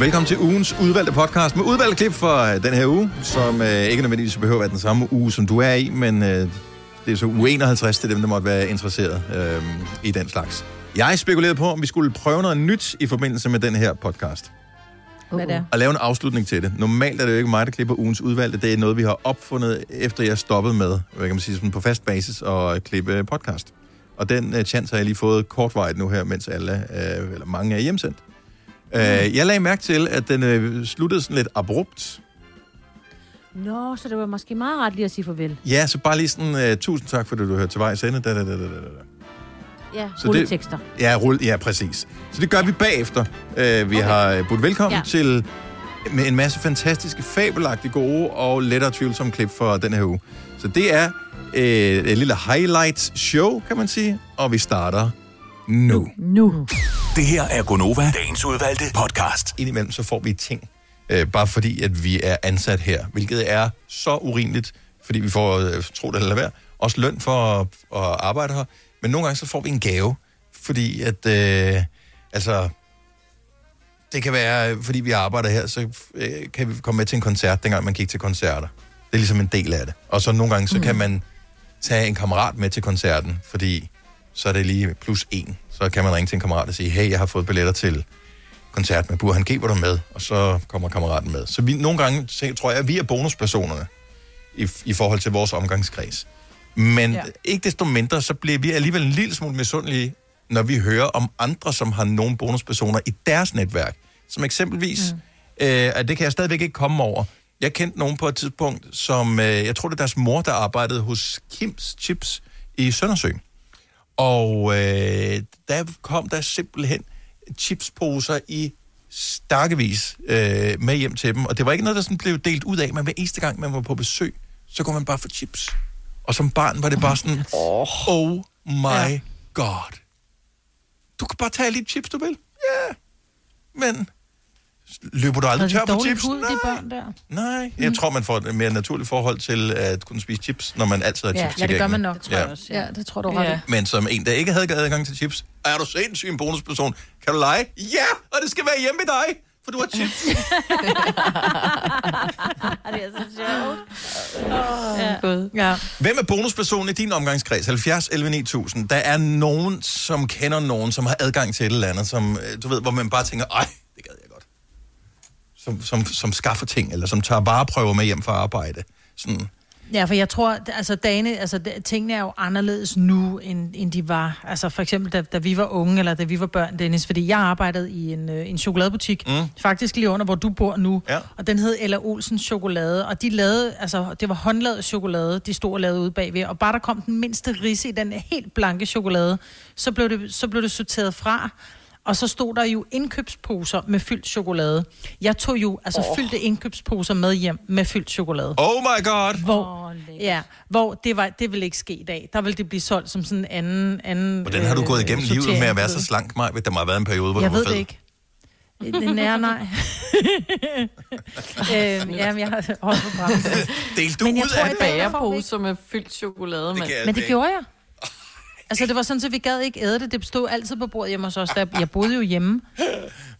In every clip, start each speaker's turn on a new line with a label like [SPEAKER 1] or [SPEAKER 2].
[SPEAKER 1] Velkommen til ugens udvalgte podcast med udvalgte klip for øh, den her uge, som øh, ikke nødvendigvis behøver at være den samme uge, som du er i, men øh, det er så uge 51 til dem, der måtte være interesseret øh, i den slags. Jeg spekulerede på, om vi skulle prøve noget nyt i forbindelse med den her podcast.
[SPEAKER 2] Hvad der?
[SPEAKER 1] Og lave en afslutning til det. Normalt er det jo ikke mig, der klipper ugens udvalgte. Det er noget, vi har opfundet, efter jeg stoppede med, hvad kan man sige, sådan på fast basis at klippe podcast. Og den uh, chance har jeg lige fået kortvarigt nu her, mens alle, uh, eller mange er hjemsendt. Uh, jeg lagde mærke til, at den uh, sluttede sådan lidt abrupt.
[SPEAKER 2] Nå, så det var måske meget rart lige at sige farvel.
[SPEAKER 1] Ja, så bare lige sådan, uh, tusind tak, fordi du hørte til vej sende. Da, da, da, da, da, da.
[SPEAKER 2] Ja,
[SPEAKER 1] Så det-
[SPEAKER 2] rulletekster.
[SPEAKER 1] Ja, rull, ja, præcis. Så det gør vi bagefter. Uh, vi okay. har øh, budt velkommen ja.
[SPEAKER 2] Ja.
[SPEAKER 1] til med en masse fantastiske, fabelagtige, gode og lettere tvivlsomme klip for den her uge. Så det er øh, et lille highlights-show, kan man sige, og vi starter nu.
[SPEAKER 2] Nu.
[SPEAKER 3] Det her er Gonova, dagens udvalgte podcast.
[SPEAKER 1] Indimellem så får vi ting, øh, bare fordi, at vi er ansat her, hvilket er så urimeligt, fordi vi får, øh, tro det eller lad være, også løn for at, at arbejde her. Men nogle gange så får vi en gave, fordi at, øh, altså, det kan være, øh, fordi vi arbejder her, så øh, kan vi komme med til en koncert, dengang man gik til koncerter. Det er ligesom en del af det. Og så nogle gange, så mm. kan man tage en kammerat med til koncerten, fordi så er det lige plus en. Så kan man ringe til en kammerat og sige, hey, jeg har fået billetter til koncert med Burhan G, hvor du er med, og så kommer kammeraten med. Så vi, nogle gange så tror jeg, at vi er bonuspersonerne i, i forhold til vores omgangskreds. Men ja.
[SPEAKER 4] Ja.
[SPEAKER 1] ikke desto mindre, så bliver vi alligevel en lille smule misundelige, når vi hører om andre, som har nogle bonuspersoner i deres netværk. Som eksempelvis, mm. øh, at det kan jeg stadigvæk ikke komme over. Jeg kendte nogen på et tidspunkt, som, øh, jeg tror det er deres mor, der arbejdede hos Kims Chips i Søndersø. Og øh, der kom der simpelthen chipsposer i stakkevis øh, med hjem til dem. Og det var ikke noget, der sådan blev delt ud af, men hver eneste gang, man var på besøg, så kunne man bare få chips. Og som barn var det bare sådan, oh, oh my ja. god. Du kan bare tage lidt chips, du vil. Ja, men løber du aldrig
[SPEAKER 4] Har
[SPEAKER 1] tør
[SPEAKER 4] de
[SPEAKER 1] for
[SPEAKER 4] dårlig
[SPEAKER 1] chips?
[SPEAKER 4] hud, de
[SPEAKER 1] Nej,
[SPEAKER 4] børn Mm. der?
[SPEAKER 1] nej. Jeg tror, man får et mere naturligt forhold til at kunne spise chips, når man altid har
[SPEAKER 4] Ja,
[SPEAKER 1] chips
[SPEAKER 4] ja, det gør man
[SPEAKER 1] tilgængelige.
[SPEAKER 4] nok, tror jeg
[SPEAKER 1] Ja.
[SPEAKER 4] også. Ja.
[SPEAKER 5] Ja, det tror du ret ja.
[SPEAKER 1] Men som en, der ikke havde adgang til chips, er du sindssyg en bonusperson? Kan du lege? Ja, og det skal være hjemme ved dig, for du har chips.
[SPEAKER 2] Ej, det er så sjovt.
[SPEAKER 4] ja.
[SPEAKER 1] Hvem er bonuspersonen i din omgangskreds? 70 11 9000. Der er nogen, som kender nogen, som har adgang til et eller andet, som, øh, du ved, hvor man bare tænker, ej, det gad jeg godt. Som, som, som skaffer ting, eller som tager vareprøver med hjem fra arbejde. Sådan,
[SPEAKER 4] ja, for jeg tror, at, altså, dagene, altså, da- tingene er jo anderledes nu, end, end de var. Altså for eksempel, da, da vi var unge, eller da vi var børn, Dennis, fordi jeg arbejdede i en, øh, en chokoladebutik, mm. faktisk lige under, hvor du bor nu,
[SPEAKER 1] Ja.
[SPEAKER 4] og den hed Ella Olsens Chokolade, og de lavede, altså det var håndlavet chokolade, de stod og lavede ude bagved, og bare der kom den mindste risse i den helt blanke chokolade, så blev det, så blev det sorteret fra, Og så stod der jo indkøbsposer med fyldt chokolade. Jeg tog jo altså oh. fyldte indkøbsposer med hjem med fyldt chokolade. Oh.
[SPEAKER 1] oh my god!
[SPEAKER 4] Hvor, oh, ja, hvor det, var, det ville ikke ske i dag. Der ville det blive solgt som sådan en anden... anden
[SPEAKER 1] Hvordan har du gået igennem
[SPEAKER 4] øh,
[SPEAKER 1] livet med at
[SPEAKER 4] sortering,
[SPEAKER 1] være
[SPEAKER 4] du
[SPEAKER 1] så
[SPEAKER 4] ved.
[SPEAKER 1] slank, Maj? Der må have været en periode, hvor
[SPEAKER 4] Jeg
[SPEAKER 1] du var
[SPEAKER 4] ved
[SPEAKER 1] fed.
[SPEAKER 4] det ikke. Øh, Nej, nej. øhm, jamen, jeg har holdt på bremsen.
[SPEAKER 1] Delte du
[SPEAKER 4] Men jeg
[SPEAKER 1] ud
[SPEAKER 4] tror,
[SPEAKER 1] af
[SPEAKER 4] jeg
[SPEAKER 1] det?
[SPEAKER 4] bag-
[SPEAKER 5] Bagerpose med fyldt chokolade,
[SPEAKER 1] Det
[SPEAKER 5] mand.
[SPEAKER 1] kan jeg
[SPEAKER 4] Men det
[SPEAKER 1] ikke.
[SPEAKER 4] gjorde jeg. Altså, det var sådan, at vi gad ikke æde det. Det bestod altid på bordet hjemme hos os. Der, jeg boede jo hjemme.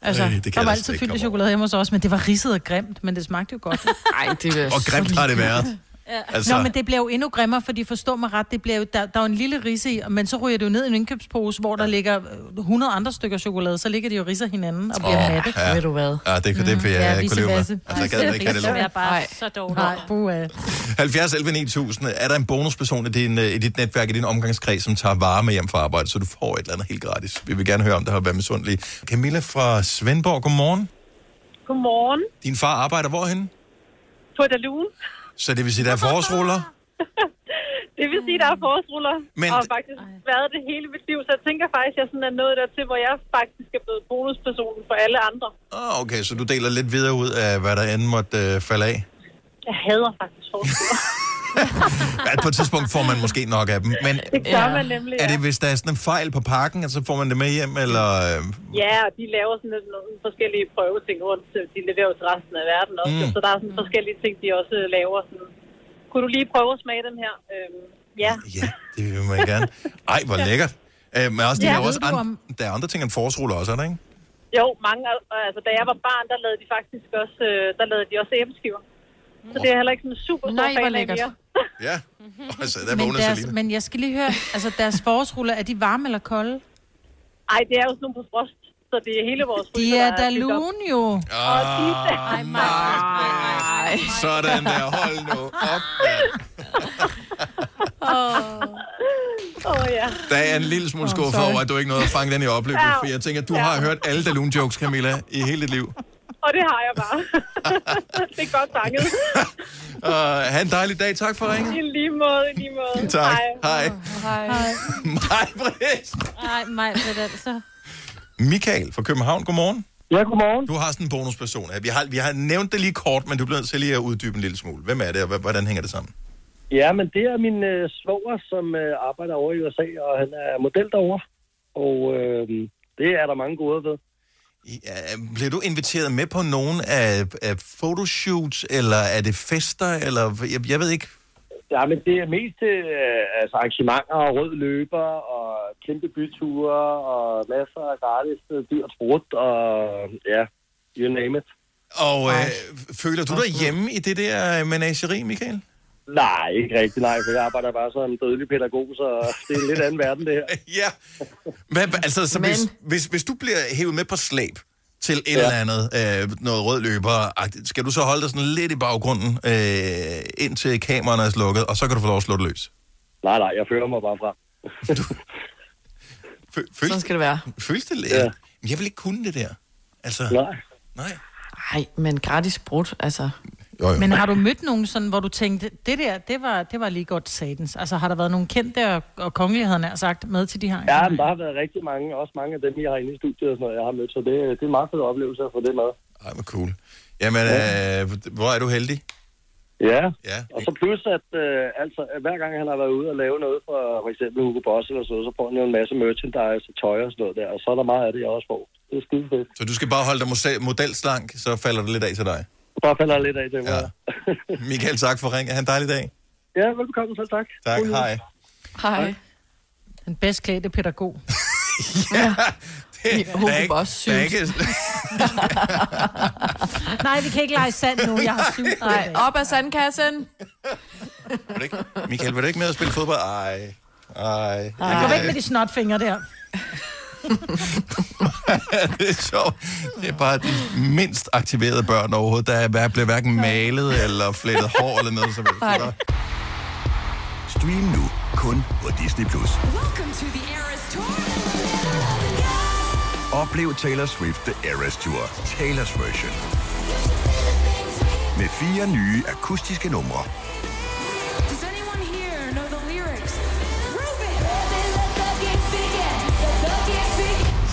[SPEAKER 4] Altså,
[SPEAKER 1] Øj,
[SPEAKER 4] Øj,
[SPEAKER 1] det kan
[SPEAKER 4] der
[SPEAKER 1] jeg
[SPEAKER 4] var
[SPEAKER 1] da slet
[SPEAKER 4] altid
[SPEAKER 1] ikke
[SPEAKER 4] fyldt
[SPEAKER 1] komme
[SPEAKER 4] i
[SPEAKER 1] over.
[SPEAKER 4] chokolade hjemme hos os, men det var ridset og grimt, men det smagte jo godt.
[SPEAKER 5] Nej, det er
[SPEAKER 1] Og grimt har det været. Altså,
[SPEAKER 4] Nå, men det bliver jo endnu grimmere, fordi forstå mig ret, det bliver jo, der, der er jo en lille risse i, men så ryger det jo ned i en indkøbspose, hvor der ligger øh, 100 andre stykker chokolade, så ligger de jo risser hinanden og bliver
[SPEAKER 1] Åh,
[SPEAKER 4] oh, matte.
[SPEAKER 1] ja.
[SPEAKER 5] Ved du hvad?
[SPEAKER 1] Ja, det, det, det jeg,
[SPEAKER 4] Ja,
[SPEAKER 1] jeg kunne leve med. Altså,
[SPEAKER 4] vissevasse.
[SPEAKER 1] jeg gad ikke have det
[SPEAKER 2] Det
[SPEAKER 1] lort.
[SPEAKER 2] er bare
[SPEAKER 5] Nej.
[SPEAKER 2] så dårligt.
[SPEAKER 4] Nej, buha.
[SPEAKER 1] 70 11 9000. Er der en bonusperson i, din, øh, i dit netværk, i din omgangskreds, som tager vare med hjem fra arbejde, så du får et eller andet helt gratis? Vi vil gerne høre om det har været misundelige. Camilla fra Svendborg, godmorgen.
[SPEAKER 6] Godmorgen
[SPEAKER 1] Din far arbejder hvorhen?
[SPEAKER 6] på Dalun.
[SPEAKER 1] Så det vil sige, der er forårsruller?
[SPEAKER 6] Det vil sige, der er forårsruller,
[SPEAKER 1] Men-
[SPEAKER 6] Men... og har faktisk været det hele mit liv. Så jeg tænker faktisk, at jeg sådan er nået dertil, hvor jeg faktisk er blevet bonuspersonen for alle andre.
[SPEAKER 1] Ah, okay, så du deler lidt videre ud af, hvad der end måtte øh, falde af.
[SPEAKER 6] Jeg hader faktisk forårsruller.
[SPEAKER 1] At på et tidspunkt får man måske nok af dem, men
[SPEAKER 6] Det gør
[SPEAKER 5] Ja.
[SPEAKER 6] ja. man nemlig, ja.
[SPEAKER 1] er det, hvis der er sådan en fejl på parken, at så får man det med hjem, eller... Øh,
[SPEAKER 6] Ja, og de laver sådan lidt nogle forskellige prøveting rundt. til- De leverer jo til resten af verden også.
[SPEAKER 1] Mm.
[SPEAKER 6] Mm. Så der er sådan forskellige ting, de også øh, laver. Sådan, kunne du lige prøve at smage den her? Øhm, ja.
[SPEAKER 1] ja, det vil man gerne. Ej, hvor lækkert. Øh, men også, de
[SPEAKER 4] Ja,
[SPEAKER 1] ja,
[SPEAKER 4] ved
[SPEAKER 1] også
[SPEAKER 4] du
[SPEAKER 1] an-
[SPEAKER 4] om-
[SPEAKER 1] der er andre ting end forårsruller også, er der ikke?
[SPEAKER 6] Jo, mange. og- Altså, da jeg var barn, der lavede de faktisk også, øh, der lavede de også æbleskiver. Så det er jeg heller ikke sådan en super stor
[SPEAKER 5] Mm. Nej, hvor
[SPEAKER 6] fan af
[SPEAKER 5] lækkert.
[SPEAKER 6] mere.
[SPEAKER 1] Ja. Altså, der
[SPEAKER 4] Men,
[SPEAKER 1] vågner deres...
[SPEAKER 4] deres,
[SPEAKER 1] Selina.
[SPEAKER 4] men jeg skal lige høre, altså deres forårsruller, er de varme eller kolde?
[SPEAKER 6] Ej, det er jo sådan nogle på frost, så det er hele vores
[SPEAKER 4] De
[SPEAKER 6] fryser,
[SPEAKER 4] er
[SPEAKER 6] der
[SPEAKER 4] da
[SPEAKER 6] fyldt op.
[SPEAKER 4] lune jo.
[SPEAKER 1] Ah,
[SPEAKER 5] Ej,
[SPEAKER 1] sådan der. Hold nu op. mand.
[SPEAKER 6] Åh, ja.
[SPEAKER 1] Der er en lille smule skuffet over, at du ikke nåede at fange den i opløbet,
[SPEAKER 6] Ja.
[SPEAKER 1] for jeg tænker, du har hørt alle Dalun jokes, Camilla, i hele dit liv.
[SPEAKER 6] Og det har jeg bare. det er godt takket.
[SPEAKER 1] Uh, ha' en dejlig dag. Tak for ringet.
[SPEAKER 6] I lige måde, i lige måde.
[SPEAKER 1] Tak.
[SPEAKER 6] Hej.
[SPEAKER 1] Hej.
[SPEAKER 5] Hej.
[SPEAKER 1] Hej, Britt.
[SPEAKER 2] Nej, mig, det altså.
[SPEAKER 1] Michael fra København, godmorgen.
[SPEAKER 7] Ja, godmorgen.
[SPEAKER 1] Du har sådan en bonusperson. her. Vi har, vi har nævnt det lige kort, men du bliver nødt til lige at uddybe en lille smule. Hvem er det, og hva- hvordan hænger det sammen?
[SPEAKER 7] Ja, men det er min øh, svoger, som øh, arbejder over i USA, og han er model derovre. Og øh, det er der mange gode ved.
[SPEAKER 1] Ja, bliver du inviteret med på nogen af, af photoshoots, eller er det fester, eller jeg, jeg ved ikke.
[SPEAKER 7] Ja, men det er mest øh, altså arrangementer og rød løber og kæmpe byture og masser af gratis øh, dyrt sprut og ja, you name it.
[SPEAKER 1] Og øh, føler du dig hjemme i det der øh, menageri, Michael?
[SPEAKER 7] Nej, ikke rigtigt, nej, for jeg arbejder bare som dødelig pædagog, så det er en lidt anden verden, det her.
[SPEAKER 1] Ja. Men, altså, så hvis, hvis, hvis du bliver hævet med på slæb til et ja. eller andet, øh, noget rød løber, skal du så holde dig sådan lidt i baggrunden, øh, indtil kameraerne er slukket, og så kan du få lov at slå det løs?
[SPEAKER 7] Nej, nej, jeg fører mig bare frem.
[SPEAKER 1] Fø- føles,
[SPEAKER 5] Sådan skal det være.
[SPEAKER 1] føles det lidt? Ja.
[SPEAKER 7] Ja.
[SPEAKER 1] Jeg vil ikke kunne det der. Altså,
[SPEAKER 7] Nej.
[SPEAKER 1] nej.
[SPEAKER 5] Ej, men gratis brudt, altså.
[SPEAKER 1] Jo, jo.
[SPEAKER 4] Men har du mødt nogen sådan, hvor du tænkte, det der, det var, det var lige godt satans? Altså har der været nogen kendte og, og kongelige, havde jeg nær sagt, med til de her?
[SPEAKER 7] Ja, men der har været rigtig mange, også mange af dem, jeg har inde i studiet og sådan noget, jeg har mødt, så det, det er en meget fed oplevelse at få det med.
[SPEAKER 1] Ej, hvor cool. Jamen, øh, hvor er du heldig?
[SPEAKER 7] Ja,
[SPEAKER 1] Ja.
[SPEAKER 7] og så plus, at øh, altså, at hver gang han har været ude og lave noget for for eksempel Hugo Boss eller sådan noget, så får han jo en masse merchandise og tøj og sådan noget der, og så er der meget af det, jeg også får. Det er skide fedt.
[SPEAKER 1] Så du skal bare holde dig mosa- modelslank, så falder det lidt af til dig.
[SPEAKER 7] Bare falder jeg lidt af det. Ja.
[SPEAKER 1] Michael, tak for ringen. Ha' en dejlig dag.
[SPEAKER 7] ja, velbekomme selv, tak.
[SPEAKER 1] Tak,
[SPEAKER 7] God jul.
[SPEAKER 1] hej.
[SPEAKER 5] Hej.
[SPEAKER 4] Den bedst klædte pædagog.
[SPEAKER 1] Ja,
[SPEAKER 5] I
[SPEAKER 1] det,
[SPEAKER 5] Hugo Boss
[SPEAKER 1] der er
[SPEAKER 5] sygt.
[SPEAKER 1] ikke,
[SPEAKER 4] Nej, vi kan ikke lege sand nu, jeg har syv.
[SPEAKER 5] Nej,
[SPEAKER 4] Nej,
[SPEAKER 5] op af sandkassen.
[SPEAKER 1] Vil du ikke, Michael, vil du ikke med at spille fodbold? Ej. Ej.
[SPEAKER 4] Kom væk med de snotfingre der.
[SPEAKER 1] det er sjovt. Det er bare de mindst aktiverede børn overhovedet, der er, hver- bliver hverken malet eller flettet hår eller noget som helst.
[SPEAKER 5] Nej.
[SPEAKER 1] Så-
[SPEAKER 3] Stream nu kun på Disney+. Plus. Oplev Taylor Swift The Eras Tour, Taylor's version. Med fire nye akustiske numre.
[SPEAKER 8] Does anyone here know the lyrics? Prove it! let the games begin. Let the games begin.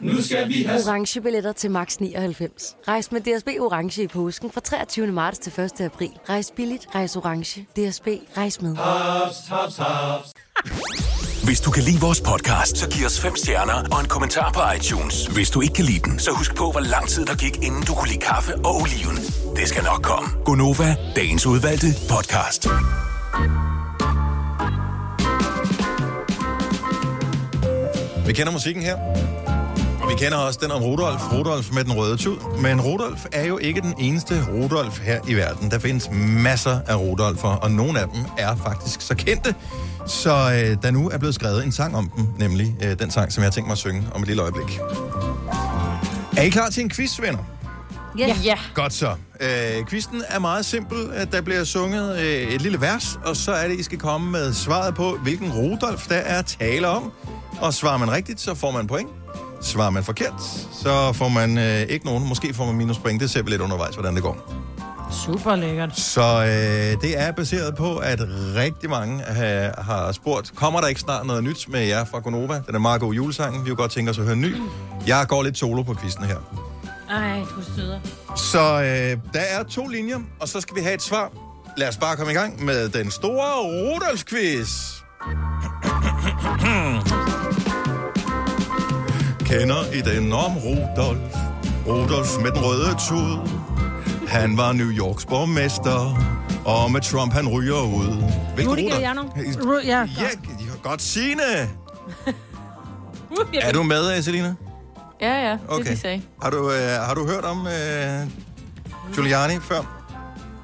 [SPEAKER 9] Nu skal vi have
[SPEAKER 8] Orange billetter til max 99. Rejs med DSB Orange i påsken fra 23. marts til 1. april. Rejs billigt, rejs orange. DSB, rejs med.
[SPEAKER 9] haps, haps, haps.
[SPEAKER 3] Hvis du kan lide vores podcast, så giv os fem stjerner og en kommentar på iTunes. Hvis du ikke kan lide den, så husk på, hvor lang tid der gik, inden du kunne lide kaffe og oliven. Det skal nok komme. Gonova, dagens udvalgte podcast.
[SPEAKER 1] Vi kender musikken her. Og vi kender også den om Rudolf. Rudolf med den røde tud. Men Rudolf er jo ikke den eneste Rudolf her i verden. Der findes masser af Rudolfer, og nogle af dem er faktisk så kendte. Så øh, der nu er blevet skrevet en sang om dem, nemlig øh, den sang, som jeg har tænkt mig at synge om et lille øjeblik. Er I klar til en quiz, venner?
[SPEAKER 2] Ja. ja.
[SPEAKER 1] Godt så. Øh, quizzen er meget simpel. Øh, Der bliver sunget øh, et lille vers, og så er det, I skal komme med svaret på, hvilken Rudolf der er tale om. Og svarer man rigtigt, så får man point. Svarer man forkert, så får man øh, ikke nogen. Måske får man minuspoint. Det ser vi lidt undervejs, hvordan det går.
[SPEAKER 4] Super lækkert.
[SPEAKER 1] Så øh, det er baseret på, at rigtig mange ha- har spurgt, kommer der ikke snart noget nyt med jer fra Gonova? Den er meget god julesang, vi kunne godt tænke os at høre en ny. Jeg går lidt solo på quizzen her.
[SPEAKER 2] Ej, du søder.
[SPEAKER 1] Så øh, der er to linjer, og så skal vi have et svar. Lad os bare komme i gang med den store Rudolfs-quiz. Kender I den om Rudolf? Rudolf med den røde tud. Han var New Yorks borgmester, og med Trump han ryger ud.
[SPEAKER 2] Rudy
[SPEAKER 1] Rudolf?
[SPEAKER 2] Giuliano.
[SPEAKER 1] Ru-
[SPEAKER 4] ja,
[SPEAKER 1] Ja, godt Signe.
[SPEAKER 2] Uh, jeg
[SPEAKER 1] Er
[SPEAKER 2] ved-
[SPEAKER 1] du med, øh, Selina?
[SPEAKER 5] Ja, ja, det okay. de sagde.
[SPEAKER 1] Har du, øh, har du hørt om øh, Giuliani før?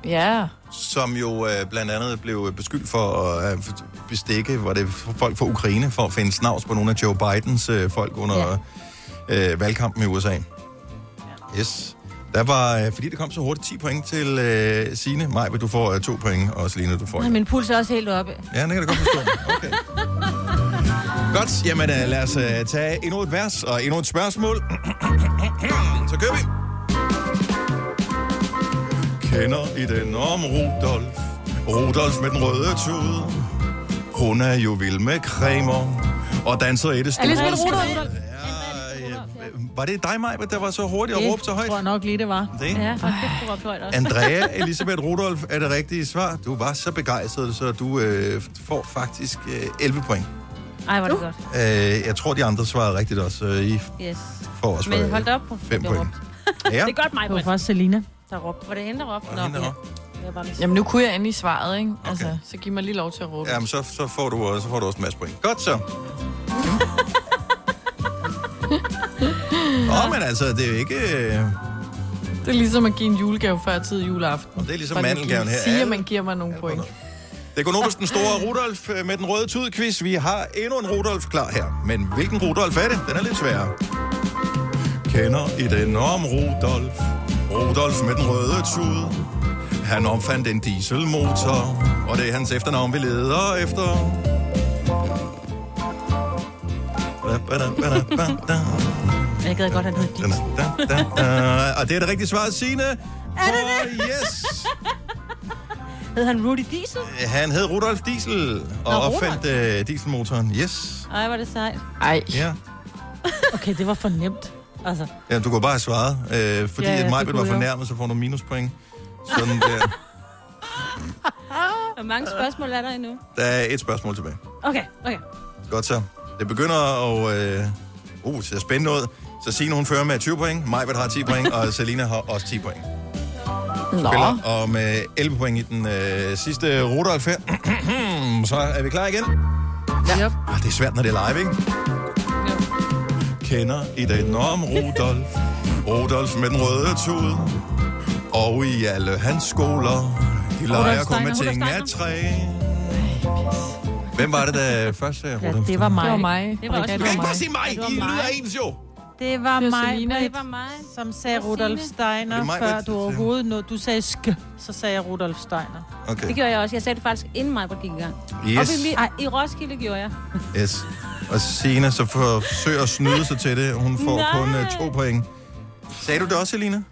[SPEAKER 5] Ja.
[SPEAKER 1] Som jo øh, blandt andet blev beskyldt for at øh, bestikke, var det folk fra Ukraine, for at finde snavs på nogle af Joe Bidens øh, folk under ja. øh, valgkampen i USA. Yes. Der var, øh, fordi det kom så hurtigt, 10 point til øh, Signe. Maj, du får øh, 2 point, og Selina, du får
[SPEAKER 2] Nej, min puls er også helt oppe.
[SPEAKER 1] Ja, det kan jeg da godt forstå. Okay. Godt, jamen øh, lad os øh, tage endnu et vers og endnu et spørgsmål. Så kører vi. Kender I den om Rudolf? Rudolf med den røde tude. Hun er jo vild med cremer og danser i det store.
[SPEAKER 4] Alice med
[SPEAKER 1] Ja, øh, Var det dig, Maj, der var så hurtig og råbte så højt?
[SPEAKER 4] tror jeg nok lige, det var.
[SPEAKER 1] Det.
[SPEAKER 4] Ja, for
[SPEAKER 2] kæft, du råbte højt også.
[SPEAKER 1] Andrea Elisabeth Rudolf er det rigtige svar. Du var så begejstret, så du øh, får faktisk øh, 11 point.
[SPEAKER 2] Ej, var det godt.
[SPEAKER 1] Øh, jeg tror, de andre svarede rigtigt også. Øh, I
[SPEAKER 2] Yes.
[SPEAKER 1] får også
[SPEAKER 2] Men
[SPEAKER 1] øh,
[SPEAKER 2] hold da op, hvor
[SPEAKER 1] fem
[SPEAKER 2] det
[SPEAKER 1] point.
[SPEAKER 2] råbte.
[SPEAKER 1] Ja.
[SPEAKER 2] Det er godt mig,
[SPEAKER 4] Det var faktisk Selina.
[SPEAKER 2] der råbte. Var det hende, der råbte? Nå,
[SPEAKER 1] hende, der
[SPEAKER 2] ja.
[SPEAKER 1] råbte.
[SPEAKER 2] Det var bare mis-
[SPEAKER 5] Jamen, nu kunne jeg endelig svaret, ikke? Altså, så giv mig lige lov til at råbe.
[SPEAKER 1] Jamen, så, så, får du, øh, så får du også en masse point. Godt så. Nå, men altså, det er jo ikke... Øh,
[SPEAKER 5] Det er ligesom at give en julegave før tid juleaften.
[SPEAKER 1] det er ligesom
[SPEAKER 5] Bare lige
[SPEAKER 1] mandelgaven
[SPEAKER 5] give-
[SPEAKER 1] her.
[SPEAKER 5] Sige, at
[SPEAKER 1] Alle-
[SPEAKER 5] man giver mig nogle point.
[SPEAKER 1] det er Gonobus, den store Rudolf øh, med den røde tudquiz. Vi har endnu en Rudolf klar her. Men hvilken Rudolf er det? Den er lidt sværere. Kender I den om Rudolf? Rudolf med den røde tud. Han omfandt en dieselmotor, og det er hans efternavn, vi leder efter. Ba-da-ba-da-ba-da.
[SPEAKER 2] Jeg gad godt, at han hed Gis.
[SPEAKER 1] Øh, og det er det rigtige svar, Signe.
[SPEAKER 2] Er det det?
[SPEAKER 1] yes!
[SPEAKER 2] Hed han Rudy Diesel?
[SPEAKER 1] Øh, Han hed Rudolf Diesel og
[SPEAKER 2] Nå, Rudolf.
[SPEAKER 1] opfandt øh, dieselmotoren. Yes.
[SPEAKER 2] Ej, var det sejt.
[SPEAKER 5] Ej.
[SPEAKER 1] Ja.
[SPEAKER 4] Okay, det var for nemt. Altså,
[SPEAKER 1] Ja, du kunne bare have svaret. Øh, fordi
[SPEAKER 4] Ja,
[SPEAKER 1] ja,
[SPEAKER 4] ja,
[SPEAKER 1] ja, at
[SPEAKER 4] det
[SPEAKER 1] Majbet var
[SPEAKER 4] kunne jeg.
[SPEAKER 1] fornærmet, så får du minuspoint. Sådan der.
[SPEAKER 2] Hvor mange spørgsmål er der endnu?
[SPEAKER 1] Der er et spørgsmål tilbage.
[SPEAKER 2] Okay, okay.
[SPEAKER 1] Godt så. Det begynder at... Øh, uh, det ser spændende ud. Så Signe, hun fører med 20 point. Majbet har 10 point, og Selina har også 10 point.
[SPEAKER 5] Nå.
[SPEAKER 1] Spiller og med 11 point i den øh, sidste Rudolf her. så er vi klar igen.
[SPEAKER 5] Ja.
[SPEAKER 1] Ah, det er svært, når det er live, ikke? Kender i den om Rudolf. Rudolf med den røde tud. Og i alle hans skoler. De leger kun med ting af træ. Hvem var det, der først sagde
[SPEAKER 4] ja,
[SPEAKER 1] Rudolf?
[SPEAKER 4] det var mig.
[SPEAKER 5] Det var mig.
[SPEAKER 4] Det var også
[SPEAKER 5] Ja,
[SPEAKER 1] Du kan ikke bare sige mig. I lyder ens jo.
[SPEAKER 4] Det var
[SPEAKER 5] Det var
[SPEAKER 4] mig,
[SPEAKER 5] Selina,
[SPEAKER 4] det
[SPEAKER 5] ikke?
[SPEAKER 4] var mig, som sagde Rudolf
[SPEAKER 1] Det
[SPEAKER 4] Steiner,
[SPEAKER 1] er mig,
[SPEAKER 4] før
[SPEAKER 1] hvad-
[SPEAKER 4] du overhovedet nåede. Du sagde sk, så sagde jeg Rudolf Steiner.
[SPEAKER 1] Okay.
[SPEAKER 2] Det gjorde jeg også. Jeg sagde det faktisk, inden mig gik i gang.
[SPEAKER 1] Yes.
[SPEAKER 2] Op i, mi- i Roskilde gjorde jeg.
[SPEAKER 1] Yes. Og Sina så forsøger at snyde sig til det. Hun får
[SPEAKER 2] Nej.
[SPEAKER 1] kun uh, to point. Sagde du det også, Elina?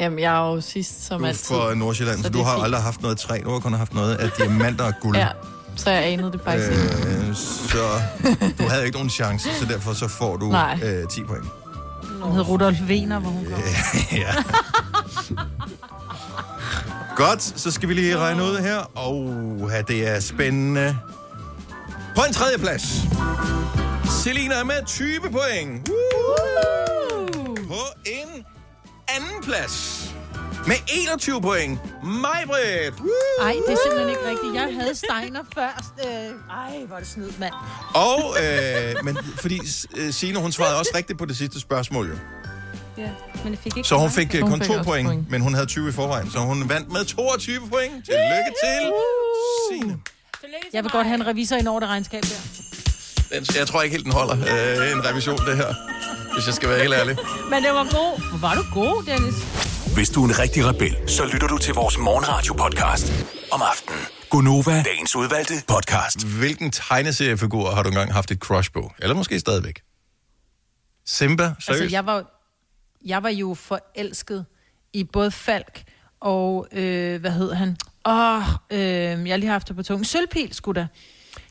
[SPEAKER 5] Jamen, jeg er jo sidst som
[SPEAKER 1] Du er
[SPEAKER 5] altid.
[SPEAKER 1] fra Nordsjælland, så,
[SPEAKER 5] Så
[SPEAKER 1] så du
[SPEAKER 5] det er
[SPEAKER 1] har
[SPEAKER 5] fint.
[SPEAKER 1] aldrig haft noget træ. Du har kun haft noget af diamanter og guld.
[SPEAKER 5] Ja, så jeg anede det faktisk ikke.
[SPEAKER 1] Øh, så du havde ikke nogen chance, så derfor så får du
[SPEAKER 5] Nej.
[SPEAKER 1] øh, 10 point.
[SPEAKER 4] Hun hed Rudolf Wiener, hvor hun kom.
[SPEAKER 1] ja. Godt, så skal vi lige regne ud her. Og oh, det er spændende. På en tredje plads. Selina er med 20 point. Woo! På en anden plads. Med 21 point. Majbrit. Woo!
[SPEAKER 4] Ej, det er simpelthen ikke rigtigt. Jeg havde Steiner først. Øh, Ej, hvor er det snydt, mand.
[SPEAKER 1] Og, øh, men fordi øh, Signe, hun svarede også rigtigt på det sidste spørgsmål, jo.
[SPEAKER 2] Ja. Men jeg fik ikke
[SPEAKER 1] Så hun
[SPEAKER 2] mange.
[SPEAKER 1] fik øh,
[SPEAKER 5] Hun
[SPEAKER 1] kun
[SPEAKER 5] fik
[SPEAKER 1] 2
[SPEAKER 5] også
[SPEAKER 1] point,
[SPEAKER 5] point.
[SPEAKER 1] men hun havde 20 i forvejen, så hun vandt med 22 point. Tillykke til Signe.
[SPEAKER 2] Tillykke til
[SPEAKER 4] Jeg vil
[SPEAKER 2] mig.
[SPEAKER 4] godt have en revisor ind over det regnskab der.
[SPEAKER 1] Den, jeg tror ikke helt, den holder øh, en revision, det her. hvis jeg skal være helt ærlig.
[SPEAKER 4] Men det var god. Hvor var du god, Dennis?
[SPEAKER 3] Hvis du er en rigtig rebel, så lytter du til vores morgenradio-podcast om aftenen. Gunova, dagens udvalgte podcast.
[SPEAKER 1] Hvilken tegneseriefigur har du engang haft et crush på? Eller måske stadigvæk? Simba, seriøst?
[SPEAKER 4] Altså, jeg var, jeg var jo forelsket i både Falk og, øh, hvad hed han? Åh, øh, jeg har lige haft det på tungen. Sølvpil, skulle da.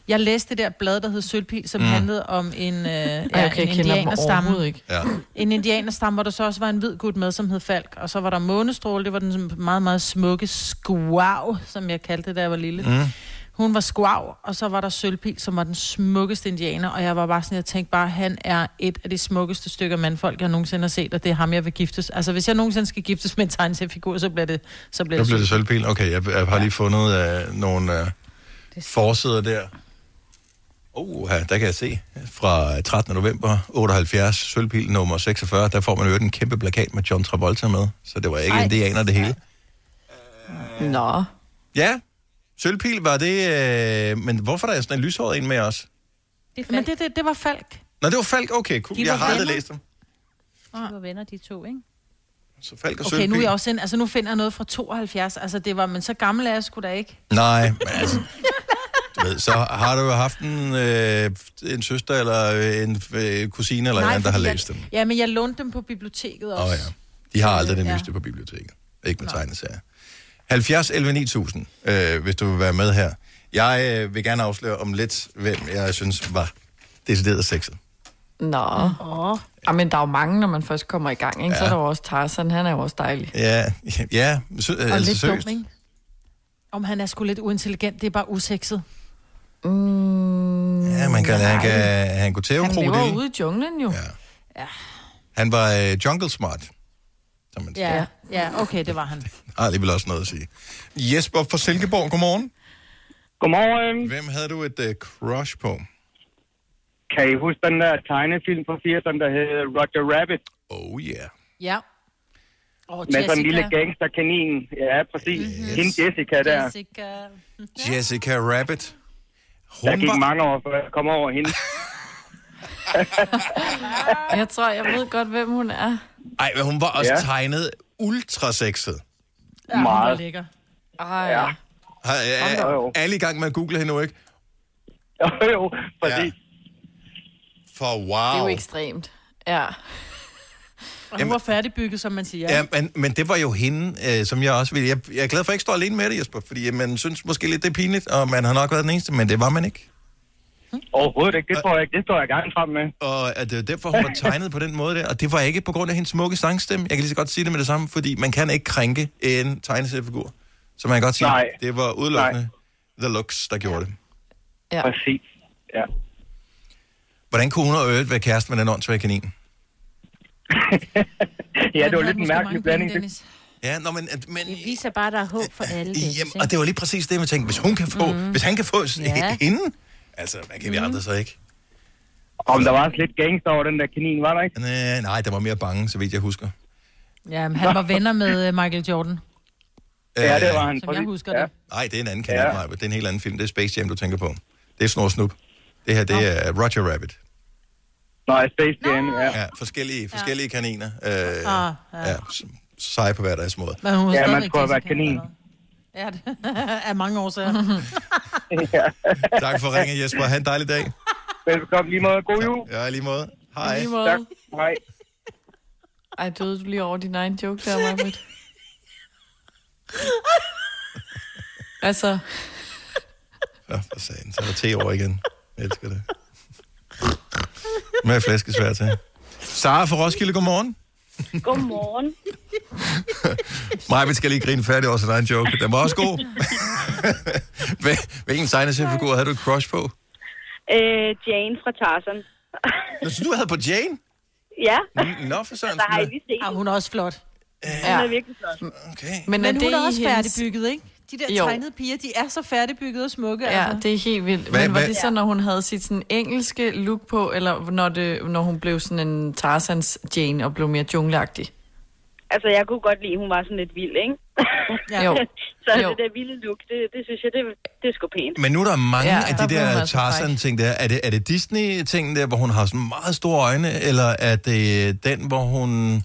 [SPEAKER 4] Jeg læste det der blad, der hed Sølvpil, som
[SPEAKER 5] Mm.
[SPEAKER 4] mm. handlede om en, øh, ja,
[SPEAKER 5] Ej, okay, jeg
[SPEAKER 4] en
[SPEAKER 5] kender dem overhovedet
[SPEAKER 4] indianerstamme.
[SPEAKER 5] ikke.
[SPEAKER 1] Ja.
[SPEAKER 4] En indianerstamme, hvor der så også var en hvid gut med, som hed Falk. Og så var der Månestråle, det var den meget, meget smukke skvav, som jeg kaldte det, da jeg var lille. Mm. Hun var skvav, og så var der Sølvpil, som var den smukkeste indianer, og jeg var bare sådan, jeg tænkte bare, han er et af de smukkeste stykker mandfolk, jeg nogensinde har set, og det er ham, jeg vil giftes. Altså, hvis jeg nogensinde skal giftes med en tegneseriefigur, så bliver det, så bliver
[SPEAKER 1] Der
[SPEAKER 4] det,
[SPEAKER 1] blev det
[SPEAKER 4] Sølvpil.
[SPEAKER 1] sølvpil. Okay, jeg, jeg har lige fundet uh, nogle uh, forsider der. Uh, der kan jeg se. Fra 13. november 78, sølvpil nummer 46. Der får man jo en kæmpe plakat med John Travolta med. Så det var ikke
[SPEAKER 5] Ej.
[SPEAKER 1] indianer det hele.
[SPEAKER 5] Nå.
[SPEAKER 1] Ja, sølvpil var det... Uh, men hvorfor er der sådan en lyshåret en med os?
[SPEAKER 4] det Men det, det, det var Falk.
[SPEAKER 1] Nå, det var Falk. Okay, cool.
[SPEAKER 4] De
[SPEAKER 1] Jeg
[SPEAKER 4] var
[SPEAKER 1] har aldrig
[SPEAKER 4] venner.
[SPEAKER 1] læst dem.
[SPEAKER 4] De var venner, de to, ikke?
[SPEAKER 1] Så Falk og
[SPEAKER 4] Okay,
[SPEAKER 1] sølvpil.
[SPEAKER 4] nu er jeg også ind, altså nu finder jeg noget fra 72, altså det var, men så gammel er jeg sgu da ikke.
[SPEAKER 1] Nej, men altså... Du ved, så har du jo haft en, øh, en søster eller øh, en øh, kusine eller en anden, der har
[SPEAKER 4] fordi
[SPEAKER 1] læst dem.
[SPEAKER 4] jeg, Ja, men jeg lånte dem på biblioteket også.
[SPEAKER 1] Åh oh, ja. De har aldrig det nyeste på biblioteket. Ikke med tegneserier. 70 11 9000, øh, hvis du vil være med her. Jeg øh, vil gerne afsløre om lidt, hvem jeg synes var decideret sexet.
[SPEAKER 5] Nå.
[SPEAKER 4] Åh.
[SPEAKER 5] Ja, men der er jo mange, når man først kommer i gang, ikke? Ja. Så er
[SPEAKER 1] Ja.
[SPEAKER 5] der jo også Tarzan, han er jo også dejlig.
[SPEAKER 1] Ja, ja sø,
[SPEAKER 4] Og
[SPEAKER 1] altså,
[SPEAKER 4] lidt
[SPEAKER 1] seriøst.
[SPEAKER 4] dum, ikke? Om han er sgu lidt uintelligent, det er bare usekset.
[SPEAKER 5] Mm,
[SPEAKER 1] Ja, man kan, han,
[SPEAKER 5] nej.
[SPEAKER 1] kan, han kunne tæve en
[SPEAKER 5] Han lever
[SPEAKER 1] krokodil.
[SPEAKER 5] ude i junglen jo. Ja.
[SPEAKER 1] Han var øh, jungle smart.
[SPEAKER 4] Ja, ja, okay, det var han.
[SPEAKER 1] Har alligevel også noget at sige. Jesper fra Silkeborg, godmorgen.
[SPEAKER 10] Godmorgen.
[SPEAKER 1] Hvem havde du et øh, crush på?
[SPEAKER 10] Kan I huske den der tegnefilm fra 80'erne, der hed Roger Rabbit?
[SPEAKER 1] Oh yeah.
[SPEAKER 4] Ja. Og
[SPEAKER 10] Med sådan en lille gangsterkanin. Ja, præcis. Mhm. Yes. Hende Jessica der.
[SPEAKER 4] Jessica.
[SPEAKER 1] Jessica Rabbit.
[SPEAKER 10] Der
[SPEAKER 1] Hun
[SPEAKER 10] gik
[SPEAKER 1] var-
[SPEAKER 10] mange år, før jeg kom over hende.
[SPEAKER 5] Jeg tror, jeg ved godt, hvem hun er.
[SPEAKER 1] Ej, men hun var også
[SPEAKER 5] Ja.
[SPEAKER 1] ja. tegnet ultra sexet.
[SPEAKER 5] Ja, hun var
[SPEAKER 1] Meget.
[SPEAKER 5] lækker. Ej.
[SPEAKER 10] Altså, Ja.
[SPEAKER 1] Har, er, er, alle i gang med at google hende nu, ikke?
[SPEAKER 10] Jo, jo, præcis.
[SPEAKER 1] Ja. For
[SPEAKER 5] Det er jo
[SPEAKER 1] wow.
[SPEAKER 5] ekstremt. Ja.
[SPEAKER 4] Og
[SPEAKER 1] Jamen-
[SPEAKER 4] nu var færdigbygget, som man siger.
[SPEAKER 1] Ja, men, men det var jo hende, øh, som jeg også ville. Jeg, jeg er glad for, at jeg ikke står alene med det, Jesper, fordi øh, man synes måske lidt, det er pinligt, og man har nok været den eneste, men det var man ikke.
[SPEAKER 10] Overhovedet ikke. Det tror jeg ikke. Det står jeg gerne frem med.
[SPEAKER 1] Og at det var derfor, hun var tegnet på den måde der, og det var ikke på grund af hendes smukke sangstemme. Jeg kan lige så godt sige det med det samme, fordi man kan ikke krænke en tegneseriefigur. Så man kan godt sige,
[SPEAKER 10] Nej.
[SPEAKER 1] det var udelukkende The Looks, der gjorde det.
[SPEAKER 5] Ja.
[SPEAKER 10] Præcis. Ja.
[SPEAKER 1] Hvordan kunne hun have øvet være kæreste med den åndssvage kanin?
[SPEAKER 10] ja, det var lidt en mærkelig blanding.
[SPEAKER 1] Ja, nå, men, men...
[SPEAKER 2] Det viser bare, at der er håb for alle. Dennis,
[SPEAKER 1] Øh, Jamen,
[SPEAKER 2] ikke?
[SPEAKER 1] og det var lige præcis det, man tænkte, hvis hun kan få, mm. hvis han kan få sådan
[SPEAKER 2] Ja.
[SPEAKER 1] ja. hende, altså, hvad kan vi andre så ikke?
[SPEAKER 10] Om der var også lidt gangster over den der kanin, var der ikke?
[SPEAKER 1] Nej, øh, nej, der var mere bange, så vidt jeg husker.
[SPEAKER 4] Ja, men han var venner med øh, Michael Jordan,
[SPEAKER 10] Ja, det var han.
[SPEAKER 4] som jeg husker det.
[SPEAKER 1] Øh, Nej, det er en anden kanal, ja. det er en helt anden film. Det er Space Jam, du tænker på. Det er Snor Snup. Det her, det er Roger Rabbit.
[SPEAKER 10] Nej, Space Jam, ja.
[SPEAKER 1] Ja, forskellige, forskellige ja. kaniner. Øh,
[SPEAKER 4] Ah,
[SPEAKER 1] ja. ja, s- seje på hver deres måde.
[SPEAKER 4] Men hun var
[SPEAKER 10] Ja, man
[SPEAKER 4] stadigvæk
[SPEAKER 10] skulle have været
[SPEAKER 4] Jessica,
[SPEAKER 10] kanin.
[SPEAKER 4] Ja, det af mange årsager.
[SPEAKER 1] Tak for ringen, Jesper. Ha' en dejlig dag.
[SPEAKER 10] Velkommen lige måde. God jul.
[SPEAKER 1] Ja, lige måde. Hej.
[SPEAKER 5] Lige måde.
[SPEAKER 1] Tak.
[SPEAKER 10] Hej.
[SPEAKER 5] Ej, døde du lige over din egen joke der, Marvitt? altså,
[SPEAKER 1] Ja, for sagen. Så er der te over igen. Jeg elsker det. Med flæskesvær til. Sara fra Roskilde, godmorgen.
[SPEAKER 11] Godmorgen.
[SPEAKER 1] Maja, vi skal lige grine færdig over sin egen joke. Den var også god. Hvil- Hvilken tegneseriefigur havde du et crush på?
[SPEAKER 11] Øh, Jane fra Tarzan.
[SPEAKER 1] Nå, så du havde på Jane?
[SPEAKER 11] Ja,
[SPEAKER 5] Mm.
[SPEAKER 1] Nå, for sådan.
[SPEAKER 11] der har jeg lige set.
[SPEAKER 4] Ah, hun er også flot.
[SPEAKER 11] Hun er virkelig flot.
[SPEAKER 1] Okay.
[SPEAKER 5] Men
[SPEAKER 4] Men,
[SPEAKER 5] er
[SPEAKER 4] men hun
[SPEAKER 5] det
[SPEAKER 4] er
[SPEAKER 5] i
[SPEAKER 4] også
[SPEAKER 5] hendes-
[SPEAKER 4] færdigbygget, ikke? De der
[SPEAKER 5] Jo.
[SPEAKER 4] jo. tegnede piger, de er så færdigbygget og smukke.
[SPEAKER 5] ja,
[SPEAKER 4] altså.
[SPEAKER 5] det er helt vildt.
[SPEAKER 1] Hvad-
[SPEAKER 5] Men var
[SPEAKER 1] hvad-
[SPEAKER 5] det så, når hun havde sit sådan engelske look på, eller når, det, når hun blev sådan en Tarzans Jane og blev mere jungleagtig?
[SPEAKER 11] Altså, jeg kunne godt lide, at hun var sådan lidt vild, ikke?
[SPEAKER 5] Jo.
[SPEAKER 11] Så
[SPEAKER 5] Jo.
[SPEAKER 11] det der vilde look, det, det synes jeg, det, det er sgu pænt.
[SPEAKER 1] Men nu er der mange ja, af
[SPEAKER 11] der
[SPEAKER 1] de
[SPEAKER 11] blev hun
[SPEAKER 1] der
[SPEAKER 11] altså fræk.
[SPEAKER 1] Tarzan-ting der. Er det, er det Disney-ting der, hvor hun har sådan meget store øjne, eller er det øh, den, hvor hun...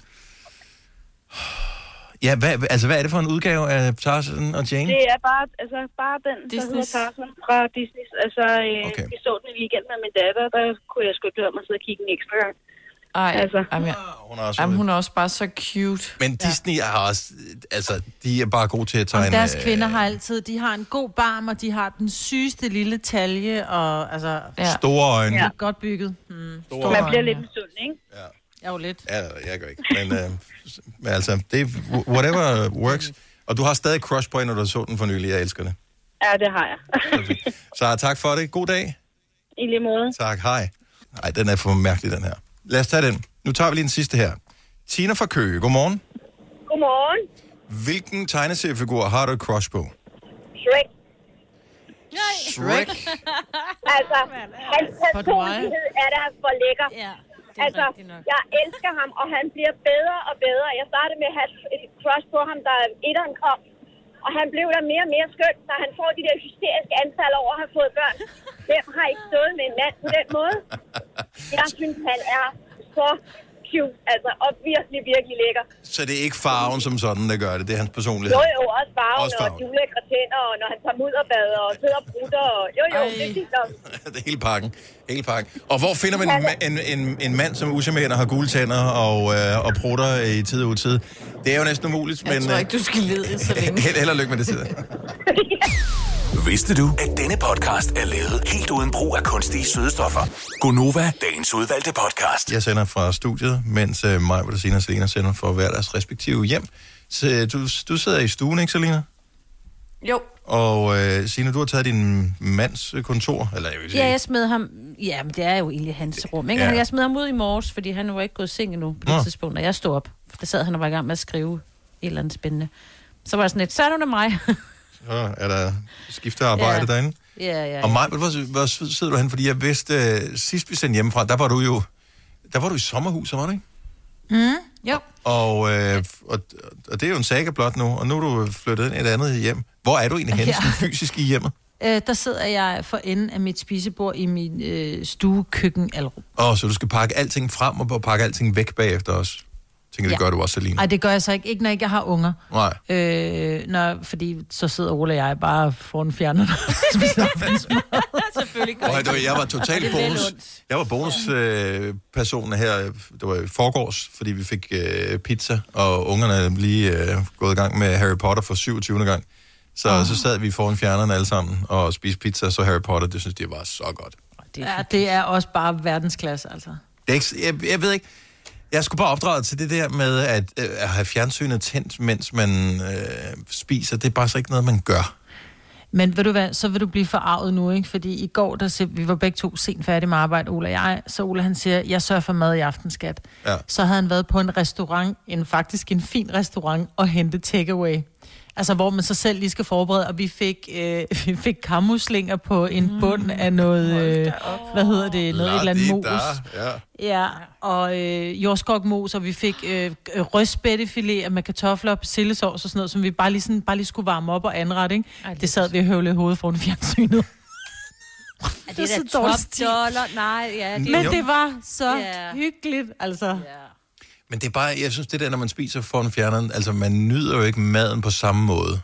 [SPEAKER 1] Ja, hvad, altså, hvad er det for en udgave af Tarzan og Jane?
[SPEAKER 11] Det er bare, altså, bare den, der hedder
[SPEAKER 5] Disney's.
[SPEAKER 11] Tarzan fra Disney. Altså, øh, okay. vi så den i weekenden med min datter, der kunne jeg sgu ikke lade mig sidde og kigge en ekstra gang.
[SPEAKER 5] Ej,
[SPEAKER 11] altså.
[SPEAKER 5] Jamen, jeg,
[SPEAKER 1] Ah, Hun er også
[SPEAKER 5] jamen, hun er også bare så cute.
[SPEAKER 1] Men Disney har også... Altså, de er bare gode til at tegne...
[SPEAKER 4] Jamen, deres
[SPEAKER 1] øh,
[SPEAKER 4] kvinder har altid, de har en god barm, og de har den sygeste lille talje, og altså...
[SPEAKER 1] Ja. Store øjne.
[SPEAKER 4] Ja. Godt bygget. Mm.
[SPEAKER 1] Store Man bliver
[SPEAKER 4] lidt
[SPEAKER 11] misund, ikke?
[SPEAKER 1] Ja.
[SPEAKER 4] Jo, lidt.
[SPEAKER 1] Ja, jeg gør ikke. Men, øh, men altså, det er whatever works. Og du har stadig crush på hende, når du så den for nylig. Jeg elsker det.
[SPEAKER 11] Ja, det har jeg.
[SPEAKER 1] Så tak for det. God dag.
[SPEAKER 11] I lige måde.
[SPEAKER 1] Tak, hej. Nej, den er for mærkelig, den her. Lad os tage den. Nu tager vi lige den sidste her. Tina fra Køge, godmorgen.
[SPEAKER 11] Godmorgen.
[SPEAKER 1] Hvilken tegneseriefigur har du et crush på?
[SPEAKER 11] Shrek.
[SPEAKER 1] Shrek?
[SPEAKER 12] altså, hans personlighed er der for lækker. Ja,
[SPEAKER 13] det er
[SPEAKER 12] altså,
[SPEAKER 13] rigtigt nok.
[SPEAKER 12] jeg elsker ham, og han bliver bedre og bedre. Jeg startede med at have et crush på ham, da etteren kom. Og han blev der mere og mere skøn, så han får de der hysteriske antal over at have fået børn. Hvem har ikke stået med en mand på den måde? Jeg synes, han er så cute, altså, og virkelig, virkelig lækker.
[SPEAKER 1] Så det er ikke farven som sådan, der gør det. Det er hans personlighed.
[SPEAKER 12] Jo, jo, også farven, også
[SPEAKER 1] Også farven.
[SPEAKER 12] og de ulækre tænder, og når han tager mudderbader og sidder og brutter, og jo, jo, det er fint nok.
[SPEAKER 1] Det er hele pakken. Hele pakken. Og hvor finder man en, ma- en, en, en mand, som er uschammerende og har gule tænder og, øh, og prutter i tid og utid? Det er jo næsten umuligt, men... øh,
[SPEAKER 5] Jeg tror ikke, du skal lede så længe.
[SPEAKER 1] Held, held og lykke med det tid.
[SPEAKER 3] Vidste du, at denne podcast er lavet helt uden brug af kunstige sødestoffer? Gonova, dagens udvalgte podcast.
[SPEAKER 1] Jeg sender fra studiet, mens øh, mig, Bettina og Selina sender fra hver deres respektive hjem. Så, øh, du, du sidder i stuen, ikke Selina?
[SPEAKER 5] Jo.
[SPEAKER 1] Og øh, Signe, du har taget din mands øh, kontor, eller jeg vil sige,
[SPEAKER 4] Ja, jeg smed ham... Ja, men det er jo egentlig hans rum, ikke?
[SPEAKER 1] Ja.
[SPEAKER 4] Ja. Jeg smed ham ud i morges, fordi han var ikke gået i seng endnu på det
[SPEAKER 1] Nå.
[SPEAKER 4] tidspunkt, og jeg stod op. For Der sad han og var i gang med at skrive et eller andet spændende. Så var jeg sådan lidt, så er du med mig.
[SPEAKER 1] så er der skiftearbejde
[SPEAKER 4] Ja.
[SPEAKER 1] ja. derinde.
[SPEAKER 4] ja, ja, ja.
[SPEAKER 1] Og mig, hvor, hvor sidder du hen? Fordi jeg vidste, øh, sidst vi sendte hjemmefra, der var du jo der var du i sommerhus, var du ikke?
[SPEAKER 4] Mm, jo.
[SPEAKER 1] Og, øh, og, og det er jo en saga blot nu, og nu er du flyttet ind i et andet hjem. Hvor er du egentlig henne,
[SPEAKER 4] Ja.
[SPEAKER 1] ja. fysisk i hjemmet?
[SPEAKER 4] Øh, der sidder jeg for enden af mit spisebord i min øh, stue, køkken, alrum.
[SPEAKER 1] Åh, så du skal pakke alting frem og pakke alting væk bagefter os. Tænker, det
[SPEAKER 4] Ja.
[SPEAKER 1] gør du også, Selina.
[SPEAKER 4] Nej, det gør jeg så ikke. Ikke når ikke jeg har unger.
[SPEAKER 1] Nej.
[SPEAKER 4] Øh, når, fordi så sidder Ole og jeg bare foran fjerneren. Selvfølgelig
[SPEAKER 1] Og det var, jeg var totalt bonus. Jeg var bonuspersonen øh, her. Det var i forgårs, fordi vi fik øh, pizza, og ungerne er lige øh, gået i gang med Harry Potter for 27. gang. Så, oh. så sad vi foran fjernerne alle sammen og spiste pizza, så Harry Potter, det synes de var så godt.
[SPEAKER 4] Ja, det er også bare verdensklasse, altså.
[SPEAKER 1] Det er ikke, jeg, jeg ved ikke, jeg skulle bare opdrage til det der med at, øh, at have fjernsynet tændt, mens man øh, spiser. Det er bare så ikke noget, man gør.
[SPEAKER 4] Men ved du hvad, så vil du blive forarvet nu, ikke? Fordi i går, der se, vi var begge to sent færdige med arbejde, Ola og jeg, så Ola han siger, jeg sørger for mad i aften, skat.
[SPEAKER 1] Ja.
[SPEAKER 4] Så havde han været på en restaurant, en faktisk en fin restaurant, og hente takeaway. Altså, hvor man sig selv lige skal forberede, og vi fik, øh, vi fik kammuslinger på en mm. bund af noget, øh, hvad hedder det, noget, et eller andet mos.
[SPEAKER 1] La-di-da, Ja.
[SPEAKER 4] Ja, og øh, jordskokmos, og vi fik øh, øh, røstbættefilet med kartofler og persillesovs og sådan noget, som vi bare lige, sådan, bare lige skulle varme op og anrette, ikke? Ej, det, det sad vi og høvlede i hovedet foran fjernsynet.
[SPEAKER 2] Er det,
[SPEAKER 4] Det er
[SPEAKER 2] det
[SPEAKER 4] så
[SPEAKER 2] der
[SPEAKER 4] dårlig
[SPEAKER 2] top
[SPEAKER 4] stil.
[SPEAKER 2] dollar? Nej, ja.
[SPEAKER 4] Men det var så yeah. hyggeligt, altså. Yeah.
[SPEAKER 1] Men det er bare, jeg synes, det der, når man spiser foran fjerneren, altså man nyder jo ikke maden på samme måde.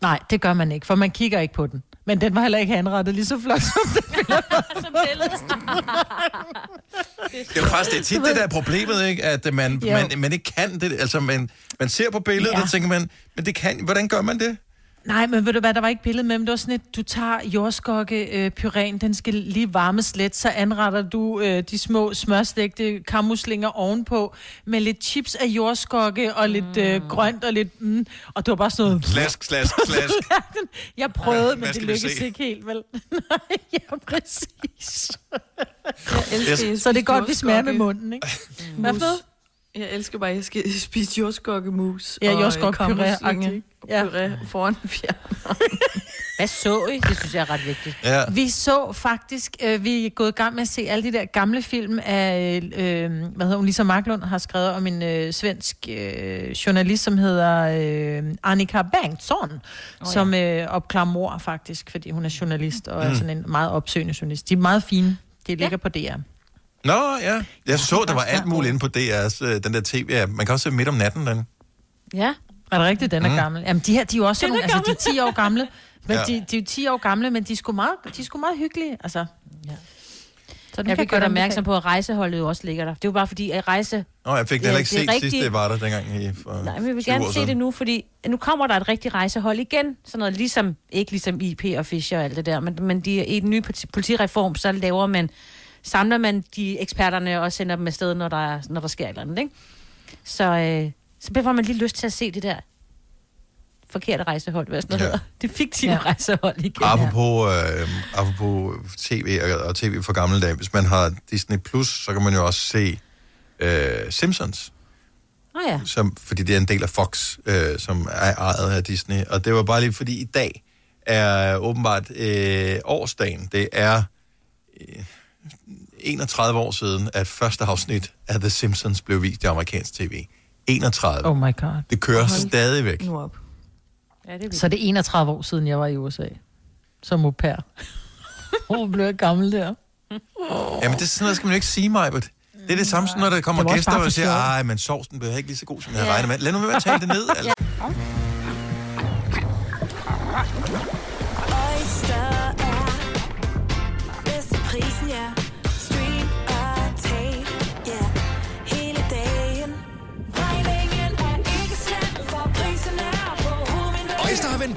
[SPEAKER 4] Nej, det gør man ikke, for man kigger ikke på den. Men den var heller ikke anrettet lige så flot som den.
[SPEAKER 13] Som billedet.
[SPEAKER 1] Det er jo faktisk det er tit det, der er problemet, ikke? At øh, man,
[SPEAKER 4] Jo.
[SPEAKER 1] man, man ikke kan det. Altså, man, man ser på billedet, ja.
[SPEAKER 4] Ja.
[SPEAKER 1] og tænker man, men det kan, hvordan gør man det?
[SPEAKER 4] Nej, men ved du hvad, der var ikke billede med, men det var sådan et, du tager jordskokke øh, pyren, den skal lige varmes lidt, så anretter du øh, de små smørstegte kammuslinger ovenpå, med lidt chips af jordskokke, og lidt øh, grønt, og lidt, mm, og det var bare sådan noget...
[SPEAKER 1] Slask, slask, slask.
[SPEAKER 4] Jeg prøvede, men
[SPEAKER 1] Hvad
[SPEAKER 4] det
[SPEAKER 1] skal vi
[SPEAKER 4] lykkedes
[SPEAKER 1] se?
[SPEAKER 4] ikke helt, vel? Nej, ja, præcis.
[SPEAKER 1] elsker, Yes. I
[SPEAKER 4] så det er
[SPEAKER 5] spiser
[SPEAKER 4] godt, vi smager med
[SPEAKER 5] jordskokke. Mm.
[SPEAKER 4] munden, ikke? Hvad
[SPEAKER 5] Mus.
[SPEAKER 4] for noget?
[SPEAKER 5] Jeg elsker bare, at jeg skal spise jordskokkemus.
[SPEAKER 4] Ja,
[SPEAKER 5] og, øh,
[SPEAKER 4] jordskokkepuré-agtigt.
[SPEAKER 5] kammuslinge og Puré foran fjern.
[SPEAKER 2] Hvad så I? Det synes jeg er ret vigtigt.
[SPEAKER 1] Ja.
[SPEAKER 4] Vi så faktisk, øh, vi er gået i gang med at se alle de der gamle film af, øh, hvad hedder hun, Lisa Marklund har skrevet om en øh, svensk øh, journalist, som hedder øh, Annika Bengtsson, oh, ja. som øh, opklarer mor faktisk, fordi hun er journalist og mm. er
[SPEAKER 1] Mm.
[SPEAKER 4] sådan en meget opsøgende journalist. De er meget fine. Det ligger ja. på DR.
[SPEAKER 1] Nå, ja. Jeg så, der var alt muligt inde på DR's, øh, den der tv. Ja, man kan også se midt om natten, den.
[SPEAKER 4] Ja. Er det rigtigt, den er
[SPEAKER 1] Mm.
[SPEAKER 4] mm. gammel? Jamen, de her, de er jo også sådan
[SPEAKER 2] Den er
[SPEAKER 4] nogle, altså, de er 10 år gamle. Men
[SPEAKER 1] Ja.
[SPEAKER 4] ja. de, de, er jo 10 år gamle, men de er sgu meget, de er sgu meget hyggelige. Altså,
[SPEAKER 2] Så nu
[SPEAKER 4] Jeg
[SPEAKER 2] jeg kan
[SPEAKER 4] vil
[SPEAKER 2] jeg gøre
[SPEAKER 4] godt
[SPEAKER 2] dig opmærksom
[SPEAKER 4] anbefale-
[SPEAKER 2] på, at rejseholdet jo også ligger der. Det er jo bare fordi, at rejse...
[SPEAKER 1] Nå, jeg fik det
[SPEAKER 2] Ja,
[SPEAKER 1] heller ikke
[SPEAKER 2] det er
[SPEAKER 1] set
[SPEAKER 2] rigtigt.
[SPEAKER 1] sidst, det var der dengang i for
[SPEAKER 2] Nej, men vi vil
[SPEAKER 1] 20 år
[SPEAKER 2] gerne se
[SPEAKER 1] siden.
[SPEAKER 2] det nu, fordi nu kommer der et rigtigt rejsehold igen. Sådan noget ligesom, ikke ligesom IP og Fischer og alt det der, men, men de, i den nye politi- politireform, så laver man, samler man de eksperterne og sender dem afsted, når der, er- når der sker et eller andet, ikke? Så, øh, så bliver man lige lyst til at se det der forkerte rejsehold, hvad sådan noget
[SPEAKER 1] Ja.
[SPEAKER 2] ja. hedder. Det fiktive ja. rejsehold igen.
[SPEAKER 1] Apropos, øh, apropos tv og, og tv for gamle dage, hvis man har Disney+, Plus, så kan man jo også se øh, Simpsons,
[SPEAKER 2] Nå ja.
[SPEAKER 1] som, fordi det er en del af Fox, øh, som er ejet af Disney. Og det var bare lige fordi i dag er åbenbart øh, årsdagen. Det er øh, 31 år siden, at første afsnit af The Simpsons blev vist i amerikansk tv. 31.
[SPEAKER 4] Oh my god.
[SPEAKER 1] Det kører
[SPEAKER 4] Hold
[SPEAKER 1] stadigvæk.
[SPEAKER 4] nu op.
[SPEAKER 2] Ja, det
[SPEAKER 4] så det er 31 år siden, jeg var i USA. Som au pair. Hvor blev jeg gammel der?
[SPEAKER 1] Jamen, det er sådan noget, skal man jo ikke sige mig, but. Det er det samme, som når der kommer
[SPEAKER 4] Det var også
[SPEAKER 1] gæster,
[SPEAKER 4] bare
[SPEAKER 1] og
[SPEAKER 4] for
[SPEAKER 1] siger,
[SPEAKER 4] sjov.
[SPEAKER 1] ej, men sovsen bliver ikke lige så god, som jeg havde regnet med. Lad nu være med at tale det ned, altså.
[SPEAKER 13] Oyster er bedst til prisen, ja. Stream og tag, ja. Hele dagen. Regningen er ikke slem, for prisen er på hovedet.
[SPEAKER 14] Øjster har vendt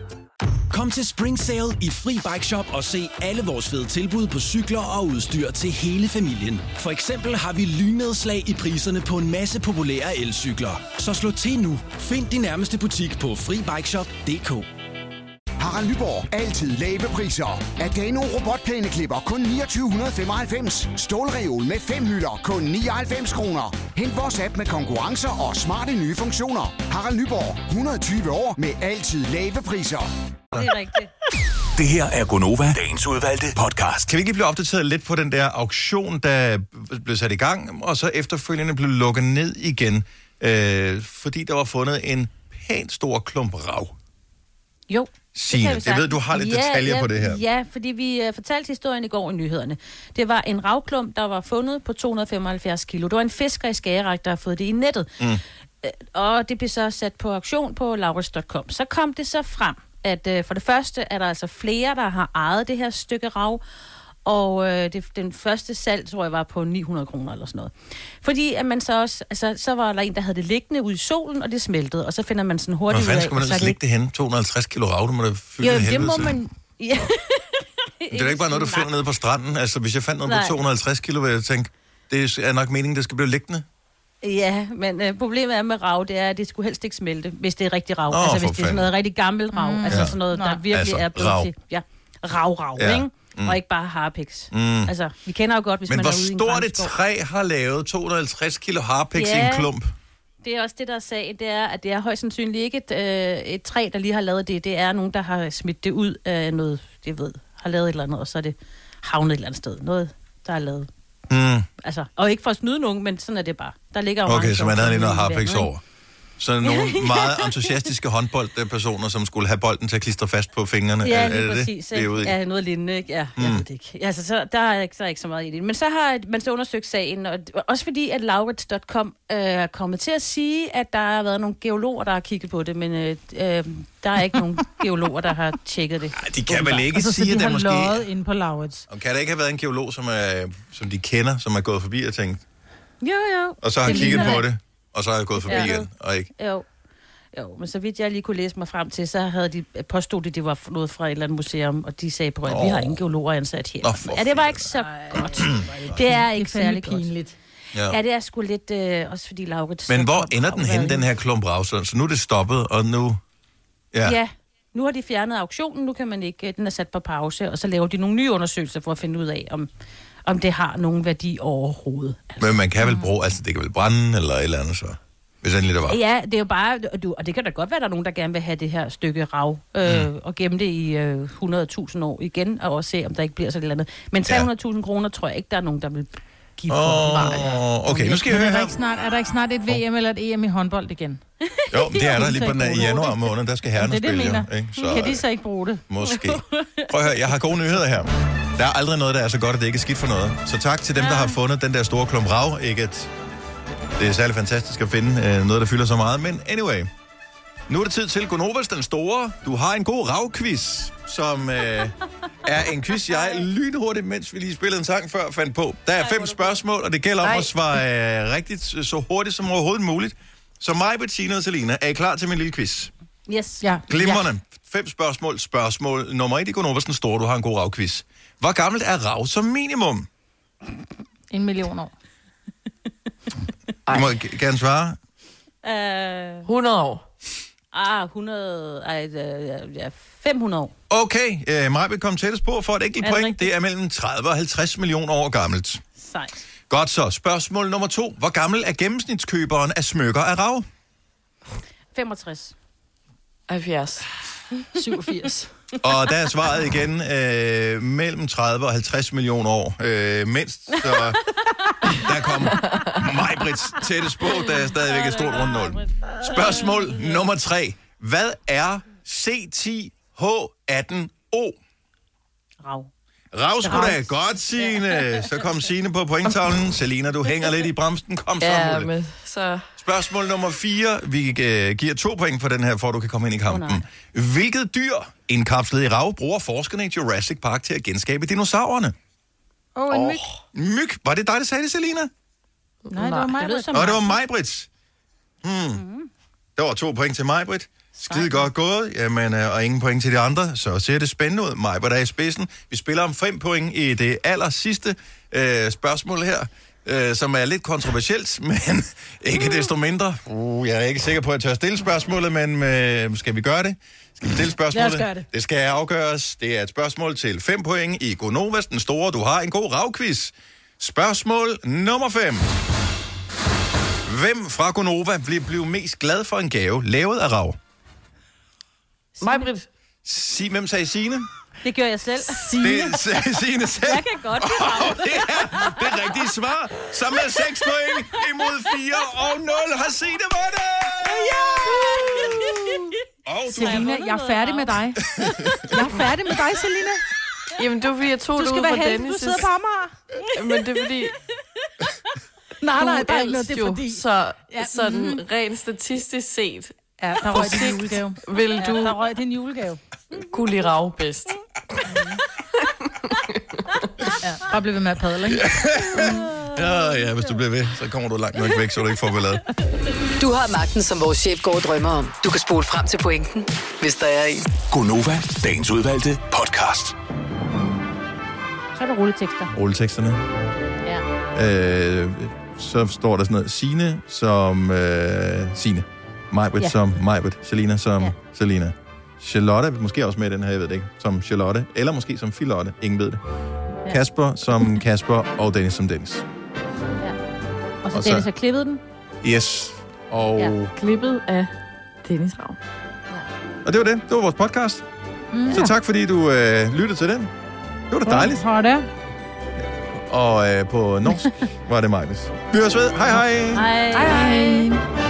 [SPEAKER 15] Kom til Spring Sale i Fri Bike Shop og se alle vores fede tilbud på cykler og udstyr til hele familien. For eksempel har vi lynedslag i priserne på en masse populære elcykler. Så slå til nu. Find din nærmeste butik på FriBikeShop.dk.
[SPEAKER 16] Harald Nyborg. Altid lave priser. Adano robotplæneklipper kun 2995. Stålreol med fem hylder kun 99 kroner. Hent vores app med konkurrencer og smarte nye funktioner. Harald Nyborg. 120 år med altid lave priser.
[SPEAKER 2] Det er rigtigt.
[SPEAKER 3] Det her er Gonova, dagens udvalgte podcast.
[SPEAKER 1] Kan vi ikke lige blive opdateret lidt på den der auktion, der blev sat i gang, og så efterfølgende blev lukket ned igen, øh, fordi der var fundet en pænt stor klump rav.
[SPEAKER 2] Jo.
[SPEAKER 1] Signe,
[SPEAKER 2] kan vi
[SPEAKER 1] jeg
[SPEAKER 2] sagtens.
[SPEAKER 1] ved, du har lidt detaljer
[SPEAKER 2] ja,
[SPEAKER 1] på det her.
[SPEAKER 2] Ja, fordi vi uh, fortalte historien i går i nyhederne. Det var en ravklump, der var fundet på 275 kilo. Det var en fisker i Skagerak, der har fået det i nettet. Mm. Øh, Og det blev så sat på auktion på laurits.com. Så kom det så frem, at øh, for det første er der altså flere, der har ejet det her stykke rav, og øh, det, den første salg, tror jeg, var på 900 kroner eller sådan noget. Fordi at man så også, altså, så var der en, der havde det liggende ude i solen, og det smeltede, og så finder man sådan
[SPEAKER 1] Hvor
[SPEAKER 2] hurtigt ud af...
[SPEAKER 1] fanden skulle man
[SPEAKER 2] så er
[SPEAKER 1] ellers
[SPEAKER 2] det
[SPEAKER 1] lægge det hen? 250 kilo rav, det må da fylde
[SPEAKER 2] jo,
[SPEAKER 1] en
[SPEAKER 2] det
[SPEAKER 1] helvede
[SPEAKER 2] må
[SPEAKER 1] til.
[SPEAKER 2] man... Ja.
[SPEAKER 1] Men Det er jo ikke bare noget, du finder nede på stranden. Altså, hvis jeg fandt noget
[SPEAKER 2] Nej.
[SPEAKER 1] på 250 kilo, ville jeg tænke, det er nok meningen, det skal blive liggende.
[SPEAKER 2] Ja, men øh, problemet er med rav, det er, at det skulle helst ikke smelte, hvis det er rigtig rav.
[SPEAKER 1] Åh,
[SPEAKER 2] altså,
[SPEAKER 1] for
[SPEAKER 2] hvis det er sådan
[SPEAKER 1] fanden.
[SPEAKER 2] noget rigtig gammelt rav. Mm. Altså
[SPEAKER 1] Ja.
[SPEAKER 2] sådan noget, der
[SPEAKER 1] Nej.
[SPEAKER 2] virkelig
[SPEAKER 1] Altså,
[SPEAKER 2] er blevet
[SPEAKER 1] rav.
[SPEAKER 2] til. Ja, rav, rav,
[SPEAKER 1] Ja.
[SPEAKER 2] ja. ikke?
[SPEAKER 1] Mm.
[SPEAKER 2] Mm. Og ikke bare harpiks.
[SPEAKER 1] Mm.
[SPEAKER 2] Mm. Altså, vi kender jo godt, hvis
[SPEAKER 1] Men
[SPEAKER 2] man
[SPEAKER 1] hvor
[SPEAKER 2] er ude i en
[SPEAKER 1] stort et
[SPEAKER 2] granskov.
[SPEAKER 1] træ har lavet 250 kilo harpiks i en
[SPEAKER 2] Ja.
[SPEAKER 1] klump?
[SPEAKER 2] Det er også det, der er sagen, det er, at det er højst sandsynligt ikke et, øh, et træ, der lige har lavet det. Det er nogen, der har smidt det ud af noget, jeg ved, har lavet et eller andet, og så er det havnet et eller andet sted. Noget, der er lavet.
[SPEAKER 1] Mm.
[SPEAKER 2] Altså, og ikke for at snyde nogen, men sådan er det bare. Der ligger jo
[SPEAKER 1] Okay,
[SPEAKER 2] mange
[SPEAKER 1] så man havde lige noget
[SPEAKER 2] sjove ting i
[SPEAKER 1] harpiks
[SPEAKER 2] vandet, ikke?
[SPEAKER 1] over. Så nogle meget entusiastiske håndboldpersoner, som skulle have bolden til at klistre fast på fingrene.
[SPEAKER 2] Ja,
[SPEAKER 1] Er-
[SPEAKER 2] lige
[SPEAKER 1] er det
[SPEAKER 2] præcis.
[SPEAKER 1] Det, vi er
[SPEAKER 2] ikke?
[SPEAKER 1] ude i.
[SPEAKER 2] ja, noget lignende, ikke? Ja, mm. jeg
[SPEAKER 1] Mm.
[SPEAKER 2] ved det ikke. Altså, så, der er ikke, så er ikke så meget i det. Men så har man så undersøgt sagen, og også fordi, at Laurits.com øh, er kommet til at sige, at der har været nogle geologer, der har kigget på det, men øh, øh, der er ikke nogen geologer, der har tjekket det. Ej,
[SPEAKER 1] de kan vel ikke
[SPEAKER 4] altså,
[SPEAKER 1] sige,
[SPEAKER 4] så
[SPEAKER 1] at
[SPEAKER 4] de
[SPEAKER 1] der
[SPEAKER 4] har
[SPEAKER 1] måske-
[SPEAKER 4] løjet inde på Laurits.
[SPEAKER 1] Og kan der ikke have været en geolog, som, er, som de kender, som er gået forbi og tænkt,
[SPEAKER 2] Jo, jo.
[SPEAKER 1] og så har
[SPEAKER 2] Det
[SPEAKER 1] kigget
[SPEAKER 2] ligner,
[SPEAKER 1] på
[SPEAKER 2] at-
[SPEAKER 1] det, og så har jeg gået forbi
[SPEAKER 2] Ja.
[SPEAKER 1] igen, og ikke?
[SPEAKER 2] Jo. Jo, men så vidt jeg lige kunne læse mig frem til, så havde de øh, påstod, at det var noget fra et eller andet museum, og de sagde på, at vi har ingen geologer ansat her.
[SPEAKER 4] Nå,
[SPEAKER 2] ja, det var ikke så godt. Det er ikke
[SPEAKER 4] fandme
[SPEAKER 2] særlig pinligt.
[SPEAKER 1] Ja.
[SPEAKER 2] Ja. ja, det er sgu lidt, øh, også fordi Laurit...
[SPEAKER 1] Men hvor ender den hen, den her klump ravsøl? Så nu er det stoppet, og nu...
[SPEAKER 2] Ja.
[SPEAKER 1] Ja.
[SPEAKER 2] ja. Nu har de fjernet auktionen, nu kan man ikke, øh, den er sat på pause, og så laver de nogle nye undersøgelser for at finde ud af, om, om det har nogen værdi overhovedet.
[SPEAKER 1] Men man kan vel bruge, altså det kan vel brænde eller et eller andet så. Hvis endelig det var.
[SPEAKER 2] Ja, det er jo bare, og, du, og det kan da godt være, at der er nogen, der gerne vil have det her stykke rav, øh,
[SPEAKER 1] Mm.
[SPEAKER 2] og gemme det i øh, 100.000 år igen, og også se, om der ikke bliver sådan et eller andet. Men 300.000 kroner tror jeg ikke, der er nogen, der vil give for.
[SPEAKER 1] Åh, okay, nu skal jeg
[SPEAKER 4] Men
[SPEAKER 1] høre
[SPEAKER 4] er der,
[SPEAKER 1] her.
[SPEAKER 4] ikke snart, er der ikke snart et VM eller et EM i håndbold igen?
[SPEAKER 1] Jo, men det er der lige på den
[SPEAKER 4] Det
[SPEAKER 1] i januar måned, der skal herrerne
[SPEAKER 4] er det, jeg
[SPEAKER 1] spille.
[SPEAKER 4] mener.
[SPEAKER 1] jo, ikke? øh,
[SPEAKER 4] Så, kan de så ikke bruge det?
[SPEAKER 1] Måske. Prøv at høre, jeg har gode nyheder her. Der er aldrig noget, der er så godt, at det ikke er skidt for noget. Så tak til dem, der har fundet den der store klump rav. Ikke at det er særlig fantastisk at finde øh, noget, der fylder så meget. Men anyway, nu er det tid til Gonovas den store. Du har en god ravquiz, som øh, er en quiz, jeg lynhurtigt, mens vi lige spillede en sang før, fandt på. Der er fem spørgsmål, og det gælder om
[SPEAKER 14] Nej.
[SPEAKER 1] at svare øh, rigtigt så hurtigt som overhovedet muligt. Så mig, Bettina og Selina, er I klar til min lille quiz?
[SPEAKER 2] Yes. Ja.
[SPEAKER 1] Glimrende. Fem spørgsmål. Spørgsmål nummer et i Gunovas store. Du har en god ravquiz. Hvor gammelt er rav som minimum?
[SPEAKER 4] Ja. En million år.
[SPEAKER 1] Du må g- gerne svare.
[SPEAKER 2] Øh,
[SPEAKER 5] 100 år.
[SPEAKER 2] Ah, 100... Ej, øh, ja, 500 år.
[SPEAKER 1] Okay, øh, Maja vil komme tættest på for et enkelt
[SPEAKER 2] Er det
[SPEAKER 1] point. Det er mellem 30 og 50 millioner år gammelt.
[SPEAKER 2] Sejt.
[SPEAKER 1] Godt så. Spørgsmål nummer to. Hvor gammel er gennemsnitskøberen af smykker af rav?
[SPEAKER 2] 65.
[SPEAKER 5] 70.
[SPEAKER 4] 87.
[SPEAKER 1] Og der er svaret igen øh, mellem 30 og 50 millioner år. Øh, mindst, så der kom Majbrits tættest på. Der er stadigvæk et stort rundt nul. Spørgsmål nummer tre. Hvad er C10H18O?
[SPEAKER 2] Rav.
[SPEAKER 1] Rav skulle da
[SPEAKER 5] Rav.
[SPEAKER 1] godt, Signe. Så kom Signe på pointtavlen. Selina, du hænger lidt i bremsen. Kom så,
[SPEAKER 5] Ja,
[SPEAKER 1] Mulle.
[SPEAKER 5] men så...
[SPEAKER 1] Spørgsmål nummer 4. Vi øh, giver to point for den her, for at du kan komme ind i kampen. Oh, Hvilket dyr, indkapslet i rav, bruger forskerne i Jurassic Park til at genskabe dinosaurerne?
[SPEAKER 4] Åh, oh, en myg.
[SPEAKER 1] Myg. Var det dig, der sagde det, Selina?
[SPEAKER 4] Nej, det var mig.
[SPEAKER 2] Det lød som
[SPEAKER 1] Og det var mig, Britt. Hmm.
[SPEAKER 4] Mm.
[SPEAKER 1] Der var to point til mig, Britt. Skide godt gået, Jamen, øh, og ingen point til de andre. Så ser det spændende ud. Mig, er i spidsen. Vi spiller om fem point i det aller sidste øh, spørgsmål her, øh, som er lidt kontroversielt, men ikke desto mindre. Uh, jeg er ikke sikker på, at jeg tør stille spørgsmålet, men øh, skal vi gøre det? Skal vi stille spørgsmålet?
[SPEAKER 4] Lad os gøre det.
[SPEAKER 1] Det skal afgøres. Det er et spørgsmål til 5 point i Gonovas, den store. Du har en god ravquiz. Spørgsmål nummer 5. Hvem fra Gonova vil blive mest glad for en gave lavet af rav?
[SPEAKER 5] Mig, Britt.
[SPEAKER 1] Sig, hvem sagde Signe?
[SPEAKER 2] Det gjorde jeg selv.
[SPEAKER 1] Det sagde Signe selv.
[SPEAKER 2] Jeg kan godt lide rav.
[SPEAKER 1] Og det er det rigtige svar, som er 6 point imod 4 og 0 har Signe vundet! Ja! Og du
[SPEAKER 4] Selina, jeg er færdig med dig. Jeg er færdig med dig, Selina.
[SPEAKER 5] Jamen, det var fordi, jeg tog
[SPEAKER 4] Du
[SPEAKER 5] det
[SPEAKER 4] skal
[SPEAKER 5] ud
[SPEAKER 4] være
[SPEAKER 5] fra
[SPEAKER 4] heldig, du
[SPEAKER 5] Dennis'.
[SPEAKER 4] sidder på Amager.
[SPEAKER 5] Men det er fordi...
[SPEAKER 4] Nej,
[SPEAKER 5] du
[SPEAKER 4] nej, der er ikke
[SPEAKER 5] ældst
[SPEAKER 4] noget, det er
[SPEAKER 5] jo,
[SPEAKER 4] fordi...
[SPEAKER 5] Så,
[SPEAKER 4] Ja,
[SPEAKER 5] ja, sådan
[SPEAKER 4] mhm.
[SPEAKER 5] rent statistisk set,
[SPEAKER 4] Ja, der
[SPEAKER 5] på
[SPEAKER 4] røg din
[SPEAKER 5] sigt
[SPEAKER 4] julegave.
[SPEAKER 5] vil
[SPEAKER 4] Ja,
[SPEAKER 5] du
[SPEAKER 4] der røg din julegave.
[SPEAKER 5] kunne lide rav bedst.
[SPEAKER 4] Ja, bare blive ved med at padle, ikke?
[SPEAKER 1] Ja, ja, hvis du bliver ved, så kommer du langt nok væk, så du ikke får ballade.
[SPEAKER 17] Du har magten, som vores chef går og drømmer om. Du kan spole frem til pointen, hvis der er en.
[SPEAKER 3] Gonova, dagens udvalgte podcast.
[SPEAKER 2] Så er der rulletekster.
[SPEAKER 1] Rulleteksterne.
[SPEAKER 2] Ja.
[SPEAKER 1] Øh, så står der sådan noget. Signe som øh, Signe. Majbrit
[SPEAKER 2] Ja.
[SPEAKER 1] ja. som Majbrit. Selina som ja. Selina. Charlotte er måske også med i den her, jeg ved det ikke. Som Charlotte. Eller måske som Filotte. Ingen ved det. Ja. Kasper som Kasper. Og Dennis som
[SPEAKER 2] Og
[SPEAKER 1] Dennis.
[SPEAKER 2] så,
[SPEAKER 1] Og
[SPEAKER 2] og
[SPEAKER 1] så-
[SPEAKER 2] så... Dennis har klippet den.
[SPEAKER 1] Yes. Og, ja.
[SPEAKER 5] Klippet af Dennis Rav.
[SPEAKER 1] og det var det. Det var vores podcast. Mm. Så tak, fordi du øh, lyttede til den. Det var da dejligt.
[SPEAKER 4] Har det?
[SPEAKER 1] Og øh, på norsk var det Majbrit. Vi høres ved. Hej hej.
[SPEAKER 2] Hej. Hej.